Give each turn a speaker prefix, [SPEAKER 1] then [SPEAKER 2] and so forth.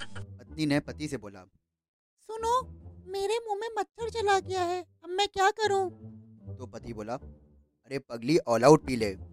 [SPEAKER 1] पत्नी ने पति से बोला
[SPEAKER 2] सुनो मेरे मुंह में मच्छर चला गया है अब मैं क्या करूं
[SPEAKER 1] तो पति बोला अरे पगली ऑल आउट पी ले